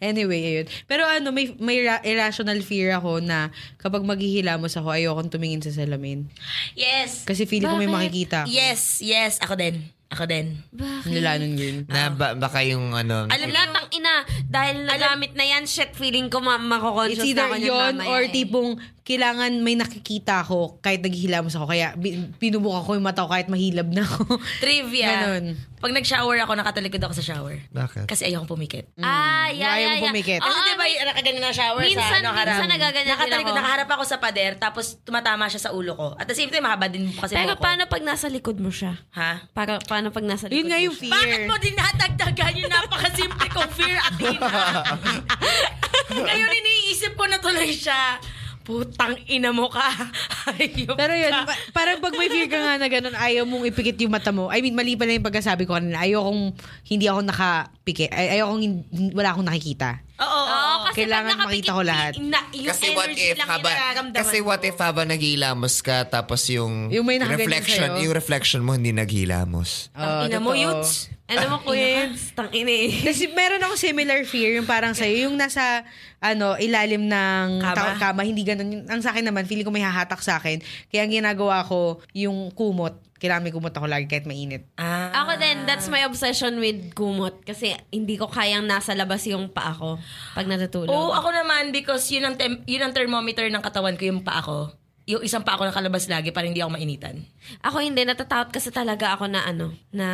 Speaker 4: Anyway, ayun. Pero ano, may, may ra- irrational fear ako na kapag maghihilamos ako, ayokong tumingin sa salamin.
Speaker 3: Yes.
Speaker 4: Kasi feeling ko may
Speaker 2: Bakit?
Speaker 4: makikita ako.
Speaker 3: Yes, yes. Ako din. Ako din.
Speaker 4: Nilanon yun.
Speaker 5: Na ba, baka yung ano,
Speaker 2: Ah. Alam na, tang ina, dahil nagamit na yan, shit, feeling ko ma-
Speaker 4: It's
Speaker 2: makoconscious na
Speaker 4: either
Speaker 2: ako niyan
Speaker 4: yon
Speaker 2: mamaya
Speaker 4: or
Speaker 2: eh.
Speaker 4: tipong kailangan may nakikita ako kahit naghihilamos ako. Kaya bi- pinubukan ko yung mata ko kahit mahilab na ako.
Speaker 3: Trivia.
Speaker 4: Ganun.
Speaker 3: Pag nag-shower ako, nakatalikod ako sa shower.
Speaker 5: Bakit?
Speaker 3: Kasi ayokong pumikit.
Speaker 2: Ah, yeah,
Speaker 4: Ayaw
Speaker 2: yeah,
Speaker 4: mo
Speaker 2: yeah.
Speaker 4: pumikit.
Speaker 2: Oo,
Speaker 3: Kasi diba di ba nakaganyan na shower
Speaker 2: Minsan-
Speaker 3: sa ano, harap?
Speaker 2: minsan nagaganyan din
Speaker 3: Nakatalikod,
Speaker 2: ako.
Speaker 3: nakaharap ako sa pader, tapos tumatama siya sa ulo ko. At the same time, mahaba din kasi
Speaker 2: Pero
Speaker 3: buhok ko.
Speaker 2: paano pag nasa likod mo siya?
Speaker 3: Ha?
Speaker 2: Para, paano pag nasa likod
Speaker 4: yun nga
Speaker 2: mo
Speaker 4: yung
Speaker 2: siya?
Speaker 4: fear.
Speaker 3: Bakit mo dinadagdagan yung napakasimple kong fear, Athena? Ngayon iniisip ko na tuloy siya. Putang ina mo ka. Ayun
Speaker 4: Pero yun,
Speaker 3: ka.
Speaker 4: pa- parang pag may fear ka nga na ganun, ayaw mong ipikit yung mata mo. I mean, mali pala yung pagkasabi ko kanina. Ayaw kong hindi ako nakapikit. Ay- Ayaw kong hin- wala akong nakikita.
Speaker 3: Oo, oo,
Speaker 2: Oo,
Speaker 3: oo.
Speaker 2: kasi
Speaker 4: Kailangan
Speaker 2: pag nakapikit,
Speaker 4: makita ko lahat.
Speaker 2: Na, yung
Speaker 5: kasi what
Speaker 2: energy lang
Speaker 5: if
Speaker 2: yung
Speaker 5: haba,
Speaker 2: nararamdaman
Speaker 5: kasi what if haba naghihilamos ka tapos yung,
Speaker 4: Yung may nakaganyan
Speaker 5: reflection,
Speaker 4: sa'yo.
Speaker 5: yung reflection mo hindi naghihilamos.
Speaker 4: Oo,
Speaker 2: Ah,
Speaker 3: ina
Speaker 4: Oh,
Speaker 3: mo,
Speaker 4: totoo.
Speaker 3: Yuts.
Speaker 2: Alam mo, Quince, tang ina eh.
Speaker 4: Kasi meron akong similar fear, yung parang sa'yo, yung nasa ano, ilalim ng
Speaker 3: Kama?
Speaker 4: ta- kama, hindi ganun. Yung- Ang sa akin naman, feeling ko may hahatak sa akin. Kaya ang ginagawa ko, yung kumot. Kailangan may kumot ako lagi kahit mainit.
Speaker 3: Ah.
Speaker 2: Ako din, that's my obsession with kumot. Kasi hindi ko kayang nasa labas yung paa ko pag natutulog.
Speaker 3: Oo, ako naman because yun ang, tem- yun ang thermometer ng katawan ko, yung pa ako. Yung isang pa ako nakalabas lagi para hindi ako mainitan.
Speaker 2: Ako hindi, natatakot kasi talaga ako na ano, na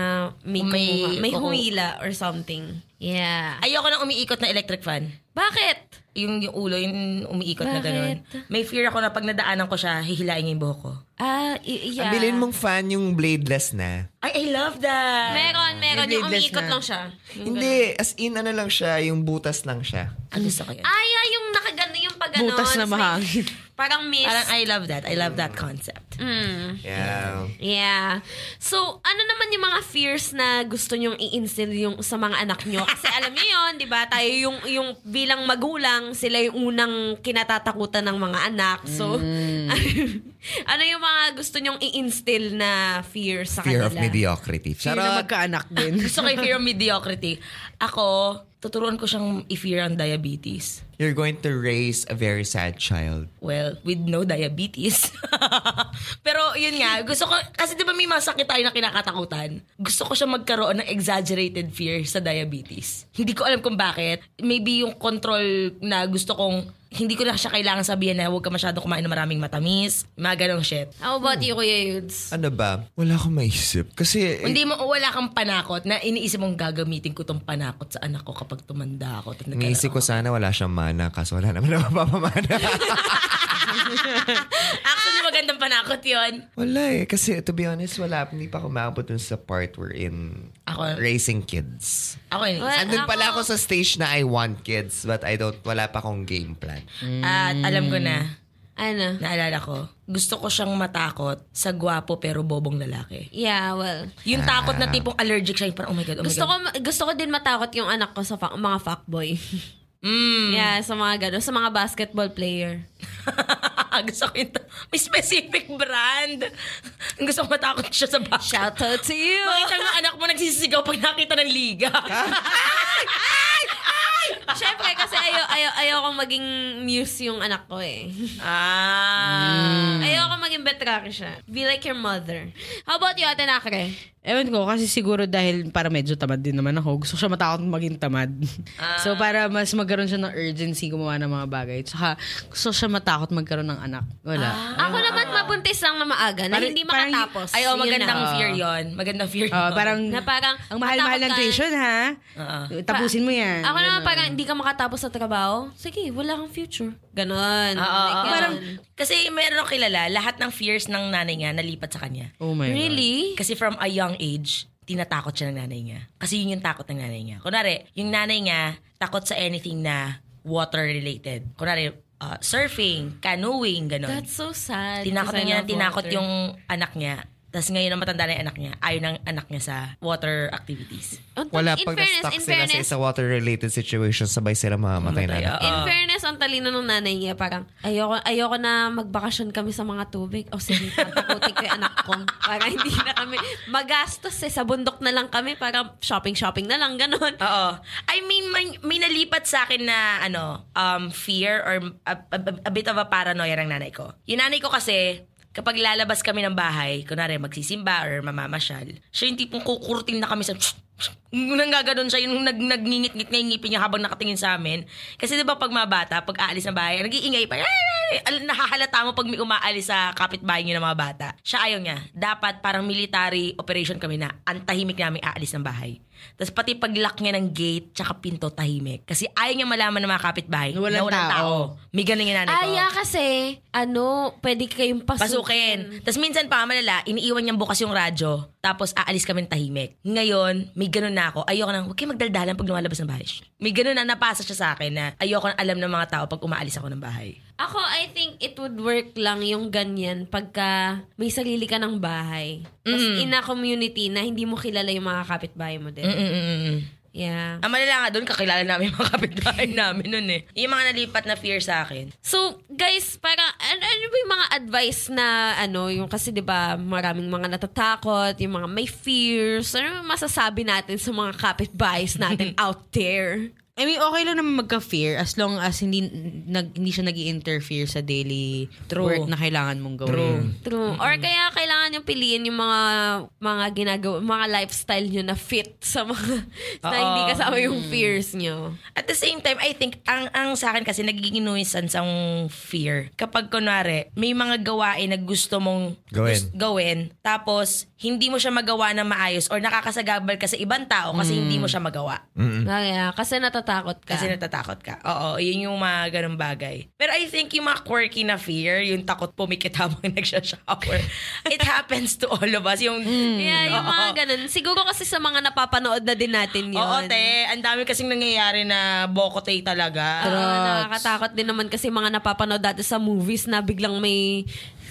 Speaker 2: may,
Speaker 3: May-
Speaker 2: may, may
Speaker 3: oo.
Speaker 2: humila or something. Yeah. Ay,
Speaker 3: Ayoko nang umiikot na electric fan.
Speaker 2: bakit?
Speaker 3: Yung, yung ulo, yung umiikot na
Speaker 2: Bakit?
Speaker 3: gano'n. May fear ako na pag nadaanan ko siya, hihilain niya yung buhok ko.
Speaker 2: Ah, y- yeah.
Speaker 5: Ang bilhin mong fan yung bladeless na.
Speaker 3: Ay, I love that!
Speaker 2: Meron, meron. Yung
Speaker 4: Yung bladeless
Speaker 2: umiikot
Speaker 4: na.
Speaker 2: lang siya. Yung ganun.
Speaker 5: Hindi, as in ano lang siya, yung butas lang siya.
Speaker 3: Ah, gusto ko yun.
Speaker 2: Ah, yeah, yung nakagano, yung pag ano,
Speaker 4: Butas
Speaker 2: tapos
Speaker 4: na
Speaker 2: may-
Speaker 4: mahangin.
Speaker 2: Parang miss.
Speaker 3: Parang ah, I love that. I love that concept.
Speaker 5: hmm.
Speaker 2: Mm.
Speaker 5: Yeah.
Speaker 2: Yeah. So, ano naman yung mga fears na gusto nyong i-instill yung sa mga anak nyo? Kasi alam niyo yon di ba? Tayo yung, yung bilang magulang, sila yung unang kinatatakutan ng mga anak. So, ano yung mga gusto nyong i-instill na fear sa
Speaker 5: Fear of
Speaker 2: kanila?
Speaker 5: mediocrity.
Speaker 4: Fear na
Speaker 5: Charot!
Speaker 4: magkaanak din.
Speaker 3: Gusto ko yung fear of mediocrity. Ako, tuturuan ko siyang i-fear ang diabetes.
Speaker 5: You're going to raise a very sad child.
Speaker 3: Well, with no diabetes. Pero yun nga, gusto ko, kasi di ba may mga sakit tayo na kinakatakutan? Gusto ko siya magkaroon ng exaggerated fear sa diabetes. Hindi ko alam kung bakit. Maybe yung control na gusto kong, hindi ko na siya kailangan sabihin na huwag ka masyado kumain ng maraming matamis, mga ganong shit.
Speaker 2: How about you, Kuya Yudes?
Speaker 5: Ano ba? Wala akong maisip. Kasi, eh,
Speaker 3: Hindi mo, wala kang panakot na iniisip mong gagamitin ko tong panakot sa anak ko kapag tumanda ako. at nagkaroon
Speaker 5: iniisip ko
Speaker 3: ako.
Speaker 5: sana wala siyang mana, kaso wala naman ako papamana.
Speaker 3: Actually, magandang panakot yon
Speaker 5: wala eh. Kasi to be honest, wala. Hindi pa ako makabot dun sa part where in
Speaker 3: Ako-
Speaker 5: raising kids.
Speaker 3: Ako yun.
Speaker 2: Well,
Speaker 5: Andun pala
Speaker 2: ako-
Speaker 5: ako sa stage na I want kids, but I don't, wala pa akong game plan.
Speaker 2: Mm.
Speaker 3: At alam ko na,
Speaker 2: Ano?
Speaker 3: naalala ko, gusto ko siyang matakot sa gwapo pero bobong lalaki.
Speaker 2: Yeah, well.
Speaker 3: Yung takot na tipong allergic siya, yung parang, oh my God, oh my
Speaker 2: Gusto
Speaker 3: God.
Speaker 2: ko gusto ko din matakot yung anak ko sa fa- mga fuckboy.
Speaker 3: Mm.
Speaker 2: Yeah, sa mga gano'n. Sa mga basketball player.
Speaker 3: gusto ko yung, ta- may specific brand. Gusto ko matakot siya sa baka.
Speaker 2: Shout out to you!
Speaker 3: Makita mo anak mo nagsisigaw pag nakita ng liga.
Speaker 2: Siyempre, kasi ayaw, ayaw, ayaw ko maging muse yung anak ko eh.
Speaker 3: ah.
Speaker 2: Ayaw ko maging betraki siya. Be like your mother. How about you, Ate Nakre?
Speaker 4: Ewan ko, kasi siguro dahil para medyo tamad din naman ako, gusto ko siya matakot maging tamad. so para mas magkaroon siya ng urgency gumawa ng mga bagay. Tsaka gusto ko siya matakot magkaroon ng anak. Wala.
Speaker 2: Ako
Speaker 3: Ah.
Speaker 2: naman mabuntis lang na maaga, na
Speaker 4: Parang-
Speaker 2: hindi
Speaker 4: parang-
Speaker 2: makatapos.
Speaker 3: Ay,
Speaker 2: Yun
Speaker 3: oh, magandang
Speaker 2: na.
Speaker 3: fear yon. Magandang fear
Speaker 4: Ah,
Speaker 3: yun.
Speaker 4: parang,
Speaker 2: Na parang,
Speaker 4: ang mahal-mahal ng
Speaker 2: matakot ka.
Speaker 4: tuition ha.
Speaker 3: Ah.
Speaker 4: Tapusin mo yan.
Speaker 2: Ako naman
Speaker 4: Ganun.
Speaker 2: parang hindi ka makatapos sa trabaho, sige, wala kang future. Ganon.
Speaker 3: Oo, oo.
Speaker 2: parang,
Speaker 3: Ah, parang, kasi meron ako kilala, lahat ng fears ng nanay niya nalipat sa kanya.
Speaker 4: Oh my God.
Speaker 2: really?
Speaker 3: Kasi from a young age, tinatakot siya ng nanay niya. Kasi yun yung takot ng nanay niya. Kunwari, yung nanay niya, takot sa anything na water-related. Kunwari, uh, surfing, canoeing, ganun.
Speaker 2: That's so sad.
Speaker 3: tinakot
Speaker 2: Kasi I
Speaker 3: niya,
Speaker 2: love
Speaker 3: tinakot
Speaker 2: water.
Speaker 3: yung anak niya. Tapos ngayon na matanda na yung anak niya, ayaw ng anak niya sa water activities.
Speaker 2: Ang-
Speaker 5: Wala
Speaker 2: Oh, in
Speaker 5: pag
Speaker 2: fairness,
Speaker 5: na-stuck
Speaker 2: in
Speaker 5: sila sa
Speaker 2: fairness,
Speaker 5: isang water-related situation, sabay sila mamamatay na.
Speaker 3: Matay, oo.
Speaker 2: In fairness, ang talino ng nanay niya, parang, ayoko, ayoko na magbakasyon kami sa mga tubig. O sige, tatakutin ko yung anak ko. Para hindi na kami magastos eh. Sa bundok na lang kami. Para shopping-shopping na lang, ganun.
Speaker 3: Oo. I mean, may, may nalipat sa akin na ano, um, fear or a, a- a bit of a paranoia ng nanay ko. Yung nanay ko kasi, kapag lalabas kami ng bahay, kunwari magsisimba or mamamasyal, siya yung tipong kukurtin na kami sa... Nang gaganon siya, yung nag, nagngingit-ngit na yung ngipin niya habang nakatingin sa amin. Kasi di ba pag mga bata, pag aalis ng bahay, nag-iingay pa. Al- Nahahalata mo pag may umaalis sa kapitbahay niyo ng mga bata. Siya ayaw niya. Dapat parang military operation kami na ang tahimik namin aalis ng bahay. Tapos pati pag-lock niya ng gate, tsaka pinto tahimik. Kasi ayaw niya malaman ng mga kapitbahay
Speaker 4: Na walang tao.
Speaker 3: May ganun yung nanay ko.
Speaker 2: Aya kasi, ano, pwede kayong pasukin.
Speaker 3: Pasukin. Tapos minsan pa, malala, iniiwan niyang bukas yung radyo. Tapos aalis kami ng tahimik. Ngayon, may ganun na ako. Ayoko nang, huwag kayong magdaldalan pag lumalabas ng bahay. May ganun na napasa siya sa akin na ayoko nang alam ng mga tao pag umaalis ako ng bahay.
Speaker 2: Ako, I think it would work lang yung ganyan pagka may sarili ka ng bahay. Tapos in a community na hindi mo kilala yung mga kapitbahay mo
Speaker 3: Mm,
Speaker 2: din.
Speaker 3: Mm-mm-mm.
Speaker 2: Yeah.
Speaker 3: Ang malala nga doon, kakilala namin yung mga kapitbahay namin noon eh. Yung mga nalipat na fear sa akin.
Speaker 2: So, guys, para ano, ano ba yung mga advice na ano, yung kasi 'di ba, maraming mga natatakot, yung mga may fears. Ano yung masasabi natin sa mga kapitbahays natin out there?
Speaker 4: I mean, okay lang naman magka-fear as long as hindi, nag, hindi siya nag interfere sa daily
Speaker 3: True.
Speaker 4: work na kailangan mong gawin.
Speaker 2: True. Or kaya kailangan yung piliin yung mga mga ginagawa, mga lifestyle nyo na fit sa mga na
Speaker 3: Oo.
Speaker 2: hindi kasama yung fears nyo.
Speaker 3: At the same time, I think, ang, ang sa akin kasi nagiging nuisance ang fear. Kapag kunwari, may mga gawain na gusto mong
Speaker 5: Gawin.
Speaker 3: gus- gawin, tapos hindi mo siya magawa na maayos or nakakasagabal ka sa ibang tao kasi hindi mo siya magawa.
Speaker 2: Kaya, kasi natatakot ka.
Speaker 3: Kasi natatakot ka. Oo, yun yung mga ganun bagay. Pero I think yung mga quirky na fear, yung takot pumikit habang nagsha-shower, it happens to all of us. Yung,
Speaker 2: yeah, yung
Speaker 3: Oo.
Speaker 2: mga ganun. Siguro kasi sa mga napapanood na din natin yun.
Speaker 3: Oo, te. Ang dami kasing nangyayari na bokote talaga.
Speaker 2: Oo, nakakatakot din naman kasi mga napapanood dati sa movies na biglang may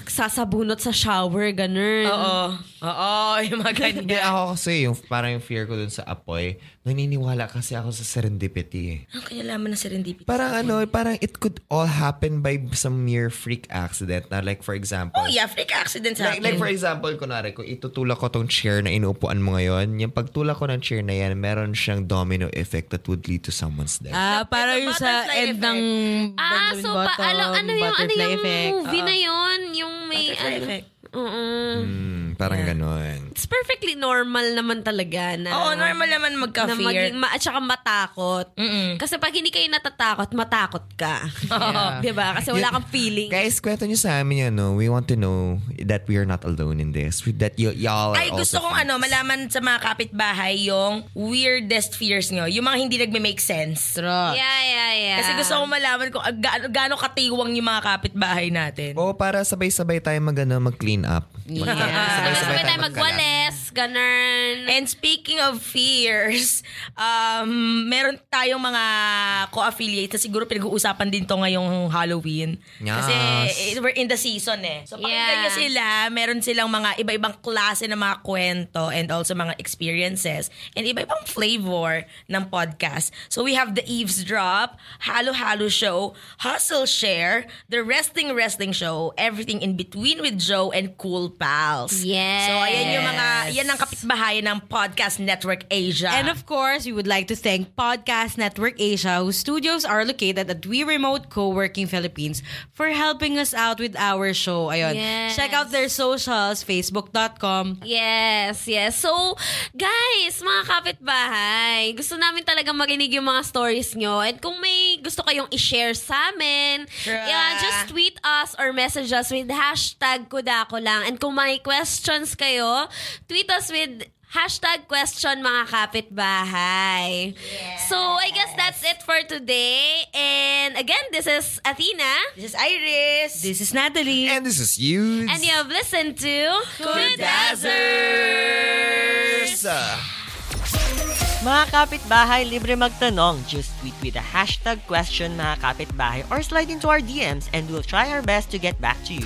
Speaker 2: sasabunot sa shower, ganun.
Speaker 3: Oo. Oo, yung mga
Speaker 5: Hindi
Speaker 3: ganyan.
Speaker 5: ako kasi, yung, parang yung fear ko dun sa apoy, naniniwala kasi ako sa serendipity eh.
Speaker 3: Ang kinalaman ng serendipity.
Speaker 5: Parang ano, parang it could all happen by some mere freak accident. Na like for example,
Speaker 3: Oh, yeah, freak accident sa
Speaker 5: Like, like for example, kunwari, kung itutulak ko tong chair na inuupuan mo ngayon, yung pagtulak ko ng chair na yan, meron siyang domino effect that would lead to someone's death.
Speaker 4: Ah, para yung sa
Speaker 3: butterfly
Speaker 4: end
Speaker 3: effect.
Speaker 4: ng
Speaker 2: Ah,
Speaker 4: Benjamin
Speaker 2: so
Speaker 4: Button,
Speaker 2: paalo, ano yung, ano
Speaker 4: butterfly
Speaker 2: yung
Speaker 4: effect.
Speaker 2: movie na yon Yung may
Speaker 3: Butterfly
Speaker 2: ano.
Speaker 3: effect.
Speaker 2: Mm-mm.
Speaker 5: Mm, parang ganon.
Speaker 2: It's perfectly normal naman talaga na...
Speaker 3: Oo, normal naman
Speaker 2: na maging,
Speaker 3: magka-fear.
Speaker 2: ma- at saka matakot. Kasi pag hindi kayo natatakot, matakot ka.
Speaker 3: Oo.
Speaker 2: Di ba? Kasi wala kang feeling.
Speaker 5: Guys, kwento nyo sa amin yan, no? We want to know that we are not alone in this. That y- y'all are
Speaker 3: Ay, gusto
Speaker 5: also
Speaker 3: kong
Speaker 5: friends.
Speaker 3: ano, malaman sa mga kapitbahay yung weirdest fears nyo. Yung mga hindi nagme-make sense.
Speaker 4: True.
Speaker 2: Yeah, yeah, yeah.
Speaker 3: Kasi gusto kong malaman kung ah, gaano gaano katiwang yung mga kapitbahay natin.
Speaker 5: Oo, para sabay-sabay tayo mag, ano, mag-clean up. Mag-
Speaker 2: Sabay tayo magwalis, ganun.
Speaker 3: And speaking of fears, um, meron tayong mga co-affiliates na siguro pinag-uusapan din to ngayong Halloween.
Speaker 5: Yes.
Speaker 3: Kasi eh, we're in the season eh. So pakinggan
Speaker 2: Yeah.
Speaker 3: nyo sila, meron silang mga iba-ibang klase ng mga kwento and also mga experiences and iba-ibang flavor ng podcast. So we have The Eavesdrop, Halo Halo Show, Hustle Share, The Resting Resting Show, Everything in Between with Joe and Cool Pals.
Speaker 2: Yes.
Speaker 3: So ayan yung mga, yan ang kapitbahayan ng Podcast Network Asia.
Speaker 4: And of course, we would like to thank Podcast Network Asia, whose studios are located at We Remote Co-working Philippines, for helping us out with our show. Ayun.
Speaker 2: Yes.
Speaker 4: Check out their socials, facebook.com.
Speaker 2: Yes, yes. So, guys, mga kapitbahay, gusto namin talaga marinig yung mga stories nyo. And kung may gusto kayong i-share sa amin,
Speaker 3: Sure.
Speaker 2: yeah, just tweet us or message us with hashtag kudako lang. And kung may questions kayo, tweet us with hashtag question mga kapitbahay. So, I guess that's it for today. And again, this is Athena.
Speaker 3: This is Iris.
Speaker 4: This is Natalie.
Speaker 5: And this is you.
Speaker 2: And you have listened to
Speaker 1: Mga kapitbahay, libre magtanong. Just tweet with the hashtag question mga kapitbahay or slide into our DMs and we'll try our best to get back to you.